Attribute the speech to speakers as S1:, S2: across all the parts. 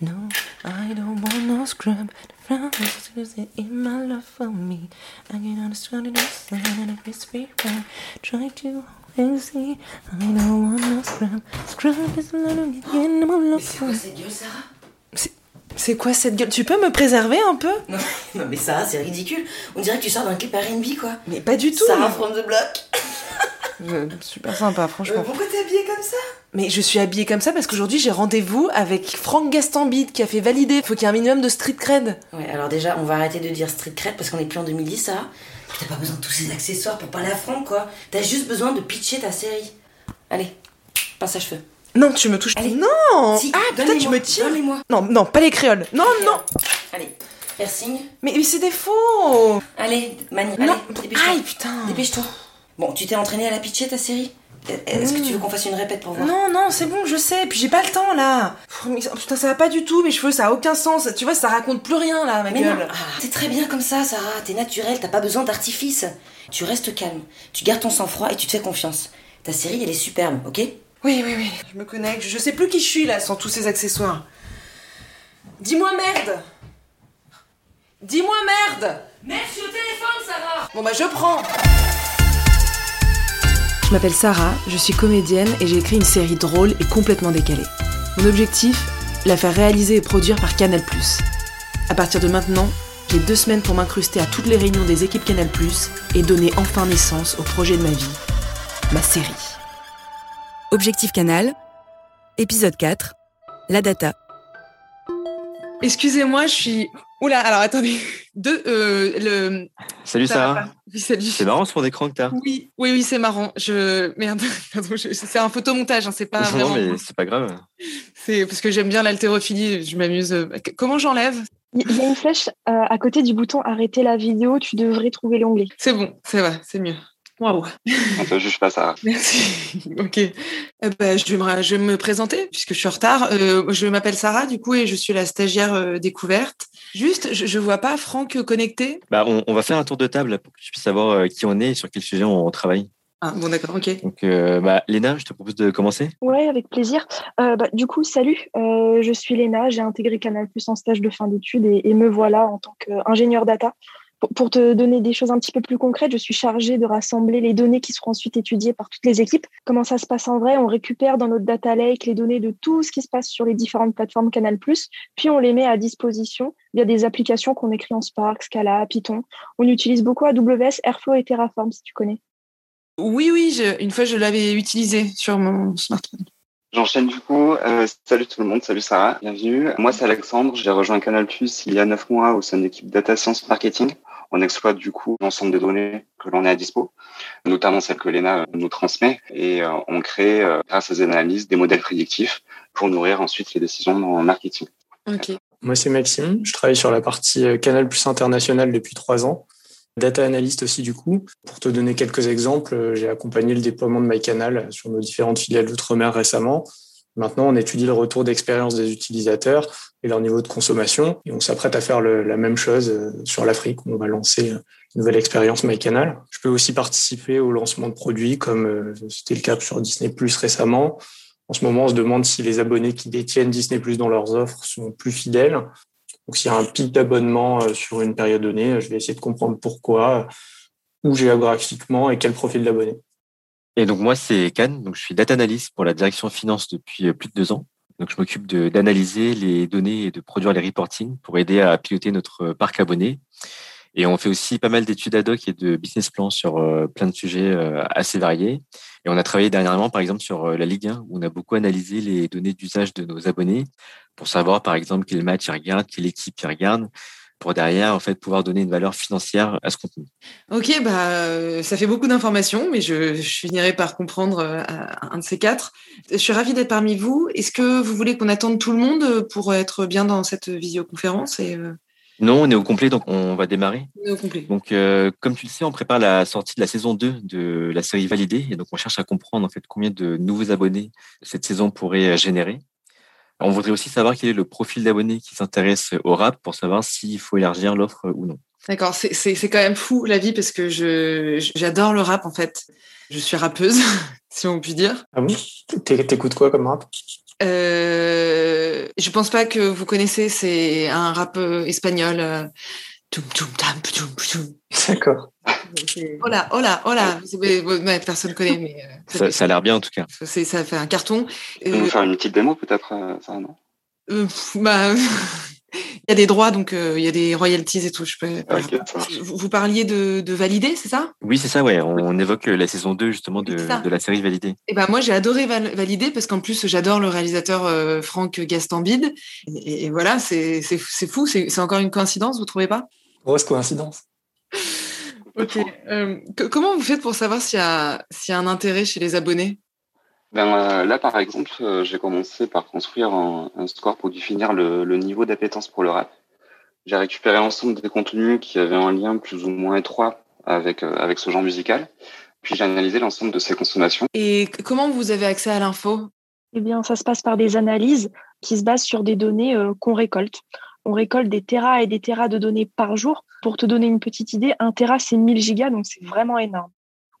S1: No, I don't want no scrub. The flowers is in my love for me. I get on the strand and sun and a crispy round. Try to hold and see. I don't want no scrub. Scrub is not a in my love
S2: C'est
S1: for
S2: quoi
S1: me.
S2: cette gueule, Sarah
S3: C'est quoi cette gueule Tu peux me préserver un peu
S2: non, non, mais Sarah, c'est ridicule. On dirait que tu sors d'un clip RB, quoi.
S3: Mais pas du tout
S2: Sarah from the block.
S3: Euh, Super sympa,
S2: Euh,
S3: franchement.
S2: pourquoi t'es habillée comme ça
S3: Mais je suis habillée comme ça parce qu'aujourd'hui j'ai rendez-vous avec Franck Gastambide qui a fait valider. Faut qu'il y ait un minimum de street cred.
S2: Ouais, alors déjà, on va arrêter de dire street cred parce qu'on est plus en 2010, Sarah. T'as pas besoin de tous ces accessoires pour parler à Franck, quoi. T'as juste besoin de pitcher ta série. Allez, pince à cheveux.
S3: Non, tu me touches.
S2: Allez.
S3: Non
S2: Si,
S3: Ah, putain, tu
S2: donnez-moi,
S3: me tires
S2: donnez-moi.
S3: Non, non, pas les créoles. Non, non
S2: Allez, piercing.
S3: Mais, mais c'est des faux
S2: Allez, Mani,
S3: Non
S2: allez, dépêche-toi.
S3: Aïe, putain
S2: Dépêche-toi. Bon, tu t'es entraîné à la pitcher ta série Est-ce que tu veux qu'on fasse une répète pour voir
S3: Non, non, c'est bon, je sais, puis j'ai pas le temps là Pff, mais- oh, Putain, ça va pas du tout, mes cheveux, ça a aucun sens. Tu vois, ça raconte plus rien là, ma
S2: Mais non,
S3: gueule.
S2: ah, t'es très bien comme ça, Sarah. T'es naturelle, t'as pas besoin d'artifice. Tu restes calme, tu gardes ton sang-froid et tu te fais confiance. Ta série, elle est superbe, ok
S3: Oui, oui, oui, je me connecte, je sais plus qui je suis là sans tous ces accessoires. Dis-moi merde Dis-moi merde
S2: Merde, je suis au téléphone, Sarah
S3: Bon bah je prends Je m'appelle Sarah, je suis comédienne et j'ai écrit une série drôle et complètement décalée. Mon objectif La faire réaliser et produire par Canal+. À partir de maintenant, j'ai deux semaines pour m'incruster à toutes les réunions des équipes Canal+, et donner enfin naissance au projet de ma vie, ma série.
S4: Objectif Canal, épisode 4, la data.
S5: Excusez-moi, je suis. Oula, alors attendez. Deux, euh, le...
S6: Salut
S5: ça va
S6: Sarah,
S5: pas. Oui, salut.
S6: c'est marrant ce fond d'écran que t'as.
S5: Oui, oui, oui, c'est marrant. Je merde, pardon, je- c'est un photomontage, hein, c'est pas
S6: non
S5: vraiment.
S6: mais c'est pas grave.
S5: C'est parce que j'aime bien l'haltérophilie, je m'amuse. euh, qu- Comment j'enlève
S7: Il y a une flèche euh, à côté du bouton arrêter la vidéo, tu devrais trouver l'onglet.
S5: C'est bon, ça va, c'est mieux. Waouh,
S8: On te juge pas, Sarah.
S5: merci. ok. Eh ben, je, vais me, ra- je vais me présenter puisque je suis en retard. Euh, je m'appelle Sarah du coup et je suis la stagiaire euh, découverte. Juste, je, je vois pas Franck connecté.
S6: Bah, on, on va faire un tour de table pour que tu puisses savoir euh, qui on est et sur quel sujet on travaille.
S5: Ah bon, d'accord, ok.
S6: Donc euh, bah, Léna, je te propose de commencer.
S7: Ouais, avec plaisir. Euh, bah, du coup, salut, euh, je suis Léna, j'ai intégré Canal Plus en stage de fin d'études et, et me voilà en tant qu'ingénieur data. Pour- Pour te donner des choses un petit peu plus concrètes, je suis chargée de rassembler les données qui seront ensuite étudiées par toutes les équipes. Comment ça se passe en vrai On récupère dans notre data lake les données de tout ce qui se passe sur les différentes plateformes Canal+, puis on les met à disposition via des applications qu'on écrit en Spark, Scala, Python. On utilise beaucoup AWS, Airflow et Terraform, si tu connais.
S5: Oui, oui, je- une fois je l'avais utilisé sur mon smartphone.
S8: J'enchaîne du coup. Euh, salut tout le monde, salut Sarah, bienvenue. Moi c'est Alexandre, j'ai rejoint Canal il y a 9 mois au sein de l'équipe Data Science Marketing. On exploite du coup l'ensemble des données que l'on a à dispo, notamment celles que l'ENA euh, nous transmet, et euh, on crée, euh, grâce à des analyses, des modèles prédictifs pour nourrir ensuite les décisions en marketing.
S5: Ok.
S9: Moi, c'est Maxime. Je travaille sur la partie euh, Canal Plus International depuis trois ans. Data analyst aussi, du coup. Pour te donner quelques exemples, euh, j'ai accompagné le déploiement de MyCanal sur nos différentes filiales d'outre-mer récemment. Maintenant, on étudie le retour d'expérience des utilisateurs et leur niveau de consommation. Et on s'apprête à faire le- la même chose euh, sur l'Afrique, où on va lancer euh, une nouvelle expérience MyCanal. Je peux aussi participer au lancement de produits, comme euh, c'était le cas sur Disney Plus récemment. En ce moment, on se demande si les abonnés qui détiennent Disney Plus dans leurs offres sont plus fidèles. Donc, s'il y a un pic d'abonnement euh, sur une période donnée, euh, je vais essayer de comprendre pourquoi, euh, où géographiquement et quel profil d'abonné.
S6: Et donc moi c'est Can, donc je suis data analyst pour la direction finance depuis euh, plus de deux ans. Donc je m'occupe de- d'analyser les données et de produire les reporting pour aider à piloter notre euh, parc abonné. Et on fait aussi pas mal d'études ad hoc et de business plans sur euh, plein de sujets euh, assez variés. Et on a travaillé dernièrement, par exemple, sur euh, la Ligue 1, où on a beaucoup analysé les données d'usage de nos abonnés pour savoir, par exemple, quel match ils regardent, quelle équipe ils regardent, pour derrière, en fait, pouvoir donner une valeur financière à ce contenu.
S5: Ok, bah, euh, ça fait beaucoup d'informations, mais je, je finirai par comprendre euh, un de ces quatre. Je suis ravie d'être parmi vous. Est-ce que vous voulez qu'on attende tout le monde euh, pour être bien dans cette visioconférence et euh,
S6: Non, on est au complet, donc on va démarrer.
S5: on est au complet
S6: Donc, euh, comme tu le sais, on prépare la sortie de la saison 2 de la série Validée. Et donc, on cherche à comprendre en fait combien de nouveaux abonnés cette saison pourrait euh, générer. On voudrait aussi savoir quel est le profil d'abonnés qui s'intéresse au rap pour savoir s'il faut élargir l'offre ou non.
S5: D'accord, c'est- c'est c'est quand même fou la vie parce que je je- j'adore le rap en fait. Je suis rappeuse, si on peut dire.
S9: Ah bon T'é- T'écoutes quoi comme rap
S5: Euh, je pense pas que vous connaissez, c'est un rap euh, espagnol. euh, Toum, toum, tam, toum, toum.
S9: D'accord.
S5: Hola, hola, hola. C'est- ouais, ouais, Personne connaît, mais euh,
S6: Ça, ça a l'air bien en tout cas.
S5: c'est- ça fait un carton.
S8: Tu peux
S5: Euh,
S8: nous faire une petite démo peut-être, euh, Sarah, non
S5: euh, pff, bah, il y a des droits, donc euh, il y a des royalties et tout. Je peux.
S8: Ok, ça marche.
S5: Vous, vous parliez de, de valider, c'est ça
S6: Oui, c'est ça, ouais. On, on évoque euh, la saison 2 justement de,
S5: C'est ça.
S6: de la série validée.
S5: Eh ben moi j'ai adoré Val- valider parce qu'en plus j'adore le réalisateur euh, Franck Gastambide et, et voilà c'est c'est c'est fou c'est c'est encore une coïncidence vous trouvez pas
S9: Grosse coïncidence.
S5: Ok euh, que- comment vous faites pour savoir s'il y a s'il y a un intérêt chez les abonnés
S8: Ben, euh, là, par exemple, euh, j'ai commencé par construire un, un score pour définir le, le niveau d'appétence pour le rap. J'ai récupéré l'ensemble des contenus qui avaient un lien plus ou moins étroit avec, euh, avec ce genre musical. Puis j'ai analysé l'ensemble de ces consommations.
S5: et c- comment vous avez accès à l'info
S7: Eh bien, ça se passe par des analyses qui se basent sur des données euh, qu'on récolte. On récolte des terras et des terras de données par jour. Pour te donner une petite idée, un terra, c'est 1000 gigas, donc c'est vraiment énorme.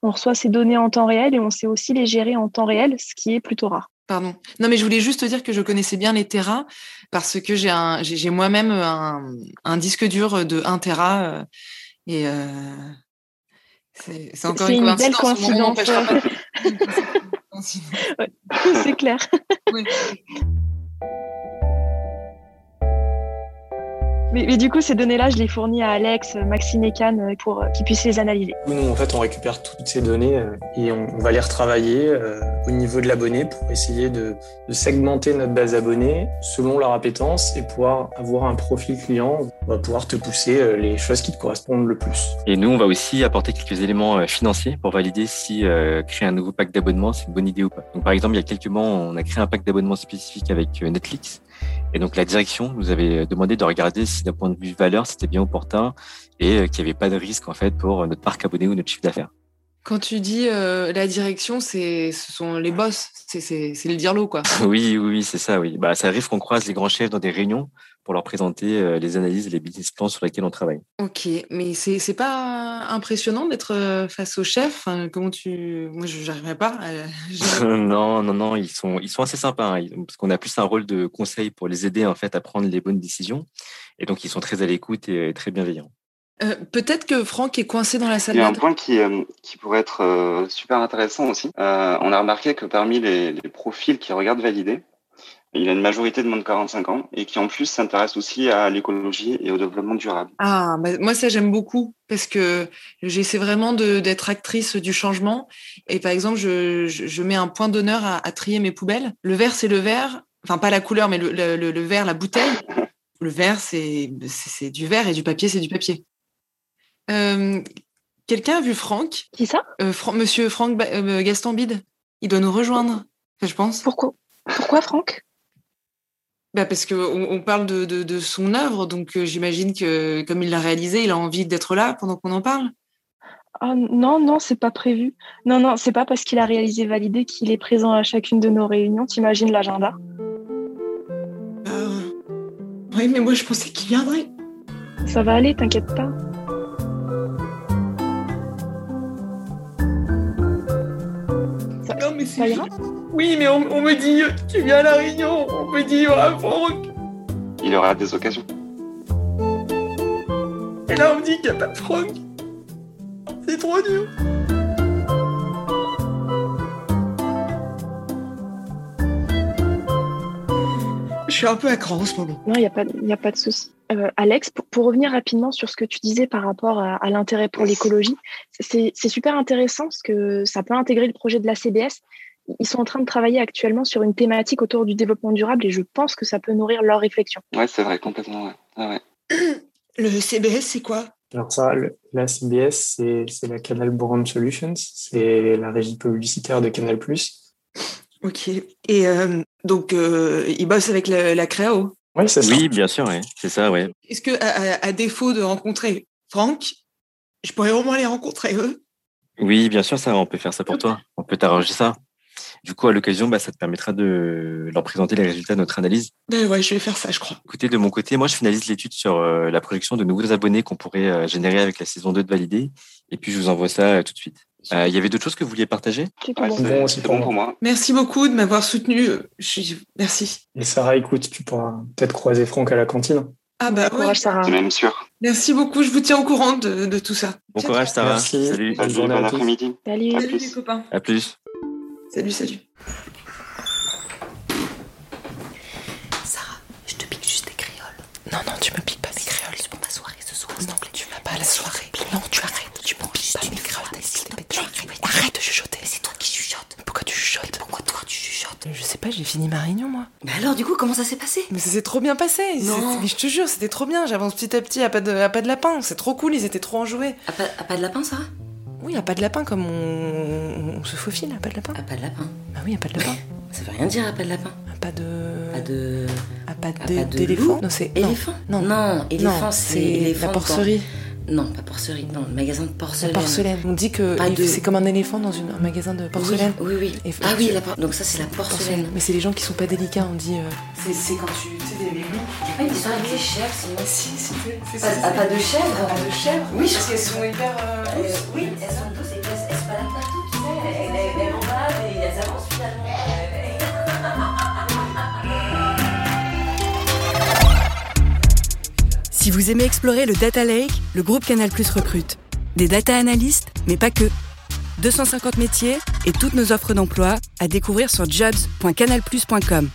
S7: On reçoit ces données en temps réel et on sait aussi les gérer en temps réel, ce qui est plutôt rare.
S5: Pardon. Non, mais je voulais juste te dire que je connaissais bien les terras parce que j'ai un, j'ai j'ai moi-même un, un disque dur de 1 téra euh, et euh, c'est c'est encore
S7: C'est
S5: une,
S7: une belle
S5: coïncidence. on m'empêchera pas. Coïncidence.
S7: c'est clair.
S5: Oui.
S7: Mais, mais du coup, ces données-là, je les fournis à Alex, Maxime et Can euh, pour euh, qu'ils puissent les analyser.
S9: Nous, nous, en fait, on récupère toutes ces données euh, et on, on va les retravailler euh, au niveau de l'abonné pour essayer de, de segmenter notre base d'abonnés selon leur appétence et pouvoir avoir un profil client. On va pouvoir te pousser euh, les choses qui te correspondent le plus.
S6: Et nous, on va aussi apporter quelques éléments euh, financiers pour valider si euh, créer un nouveau pack d'abonnement, c'est une bonne idée ou pas. Donc, par exemple, il y a quelques mois, on a créé un pack d'abonnement spécifique avec euh, Netflix. Et donc, la direction nous avait euh, demandé de regarder si d'un point de vue valeur, c'était bien opportun et euh, qu'il n'y avait pas de risque, en fait, pour euh, notre parc abonné ou notre chiffre d'affaires.
S5: Quand tu dis euh, la direction, c'est ce sont les boss, c'est c'est c'est le dirlo quoi.
S6: Oui, oui, oui, c'est ça, oui. Bah, ça arrive qu'on croise les grands chefs dans des réunions pour leur présenter euh, les analyses et les business plans sur lesquels on travaille.
S5: Ok, mais c'est c'est pas impressionnant d'être euh, face au chef. Enfin, comment tu, moi je j'arriverais pas. euh, à- j'arriverais-
S6: non, non, non, ils sont, ils sont assez sympas, hein, ils- parce qu'on a plus un rôle de conseil pour les aider en fait à prendre les bonnes décisions, et donc ils sont très à l'écoute et euh, très bienveillants.
S5: Euh, Peut-être que Franck est coincé dans la
S8: Il y a un
S5: salade.
S8: point qui, euh, qui pourrait être euh, super intéressant aussi. Euh, on a remarqué que parmi les, les profils qui regardent valider, il y a une majorité de moins de 45 ans et qui en plus s'intéressent aussi à l'écologie et au développement durable.
S5: Ah, bah, moi ça j'aime beaucoup parce que j'essaie vraiment de- d'être actrice du changement. Et par exemple, je, je, je mets un point d'honneur à, à trier mes poubelles. Le vert, c'est le vert, enfin pas la couleur, mais le, le, le- le vert, la bouteille. Le vert, c'est c'est- c'est du verre et du papier, c'est du papier. Euh, Quelqu'un a vu Franck,
S7: Qui ça
S5: Euh, Fran- Monsieur Franck Ba- euh, Gaston Bide Il doit nous rejoindre, Enfin, je pense.
S7: Pourquoi Pourquoi Franck
S5: Bah parce que on, on parle de, de, de son œuvre, donc euh, j'imagine que comme il l'a réalisé, il a envie d'être là pendant qu'on en parle.
S7: Ah, non, non, c'est pas prévu. Non, non, c'est pas parce qu'il a réalisé validé qu'il est présent à chacune de nos réunions. T'imagines l'agenda
S5: Euh, Oui, mais moi je pensais qu'il viendrait.
S7: Ça va aller, t'inquiète pas.
S5: Non, mais c'est
S7: Ça ira
S5: Oui, mais on, on me dit, tu viens à la réunion, on me dit, ah Franck,
S8: Il y aura des occasions.
S5: et là on me dit qu'il n'y a pas de Franck. C'est trop dur. Je suis un peu à cran en ce moment.
S7: Non, il n'y a, pas de- y a pas de souci. Euh, Alex, pour, pour revenir rapidement sur ce que tu disais par rapport à, à l'intérêt pour l'écologie, c'est c'est super intéressant parce que ça peut intégrer le projet de la CBS. Ils sont en train de travailler actuellement sur une thématique autour du développement durable et je pense que ça peut nourrir leur réflexion.
S8: Ouais, c'est vrai, complètement. Ouais. Ah ouais.
S5: Le CBS, c'est quoi
S9: Alors ça, le- la CBS, c'est c'est la Canal Brand Solutions, c'est la régie publicitaire de Canal+.
S5: Ok. Et euh, donc, euh, il bosse avec la, la créo.
S9: Oui, c'est ça.
S6: Oui, bien sûr, ouais. c'est ça, ouais.
S5: Est-ce que, à, à- à défaut de rencontrer Franck, je pourrais au moins les rencontrer eux
S6: Oui, bien sûr, ça, on peut faire ça pour toi, on peut t'arranger ça. Du coup, à l'occasion, bah, ça te permettra de leur présenter les résultats de notre analyse.
S5: Ben ouais, je vais faire ça, je crois.
S6: Écoutez, de mon côté, moi, je finalise l'étude sur euh, la projection de nouveaux abonnés qu'on pourrait euh, générer avec la saison 2 de Validé, et puis je vous envoie ça euh, tout de suite. Euh, Il y avait d'autres choses que vous vouliez partager
S7: C'est tout
S8: Ouais,
S7: bon.
S8: c'est
S9: Bon, aussi
S8: c'est
S9: pour
S8: bon
S9: moi.
S8: pour moi.
S5: Merci beaucoup de m'avoir soutenu. Je suis- Merci.
S9: Et Sarah, écoute, tu pourras peut-être croiser Franck à la cantine.
S5: Ah bah ouais.
S7: Courage, Sarah.
S8: C'est même sûr.
S5: Merci beaucoup. Je vous tiens au courant de, de tout ça.
S6: Bon
S5: Ciao,
S6: courage,
S5: ciao.
S6: Sarah.
S9: Merci.
S6: Salut.
S9: Bonne
S8: Salut,
S9: journée à
S8: bon
S9: tous.
S8: après-midi.
S7: Salut.
S8: À
S5: Salut les
S8: plus.
S5: copains.
S6: À plus.
S5: Salut, salut.
S2: Sarah, je te pique juste des créoles.
S3: Non, non, tu me piques pas mes créoles.
S2: C'est pour ma soirée ce soir.
S3: Non, tu vas pas à la soirée. Non, tu arrêtes. Tu m'en piques pas mes créoles. t'as dit, Tu arrêtes. Arrête de chuchoter. C'est toi qui chuchotes. Pourquoi tu chuchotes Pourquoi toi tu chuchotes Je sais pas, j'ai fini ma réunion, moi.
S2: Mais alors, du coup, comment ça s'est passé
S3: Mais ça s'est trop bien passé. C'est-
S2: Non.
S3: Mais je te jure, c'était trop bien. J'avance petit à petit à pas de, à pas de lapin. C'est trop cool, ils étaient trop enjoués.
S2: à pas, à pas de lapin, Sarah
S3: Oui, à pas de lapin, comme on, on se faufile à pas de lapin.
S2: À pas de lapin.
S3: Bah oui, à pas de lapin.
S2: Ça veut rien dire, à pas de lapin.
S3: À pas de.
S2: À Ah, de.
S3: À pas
S2: à
S3: d'é-
S2: pas de
S3: d'éléphant.
S2: loup.
S3: Non, c'est. non.
S2: Éléphant
S3: Non.
S2: non éléphant,
S3: Non, c'est la
S2: éléphant dans-
S3: porcerie.
S2: Non, pas porcerie, non, le magasin de
S3: La
S2: porcelaine.
S3: porcelaine. On dit que
S2: Pas
S3: il-
S2: de-
S3: c'est comme un éléphant dans une- un magasin de porcelaine.
S2: Oui, oui.
S3: Et-
S2: oui. Ah oui, la por- donc ça, c'est la porcelaine.
S3: Mais c'est les gens qui sont pas délicats, on dit. euh,
S2: C'est quand tu. Tu sais, des loups. Ah, une histoire avec des chèvres, sinon. Si, si, Pas, à pas de chèvres Pas de chèvres Oui, parce qu'elles sont hyper. euh, oui, elles sont douces et elles elles se baladent partout, tu sais. Elles- Elles elles emballent et elles avancent finalement.
S10: Si vous aimez explorer le Data Lake, le groupe Canal Plus recrute. Des data analystes, mais pas que. 250 métiers et toutes nos offres d'emploi à découvrir sur jobs.canalplus.com.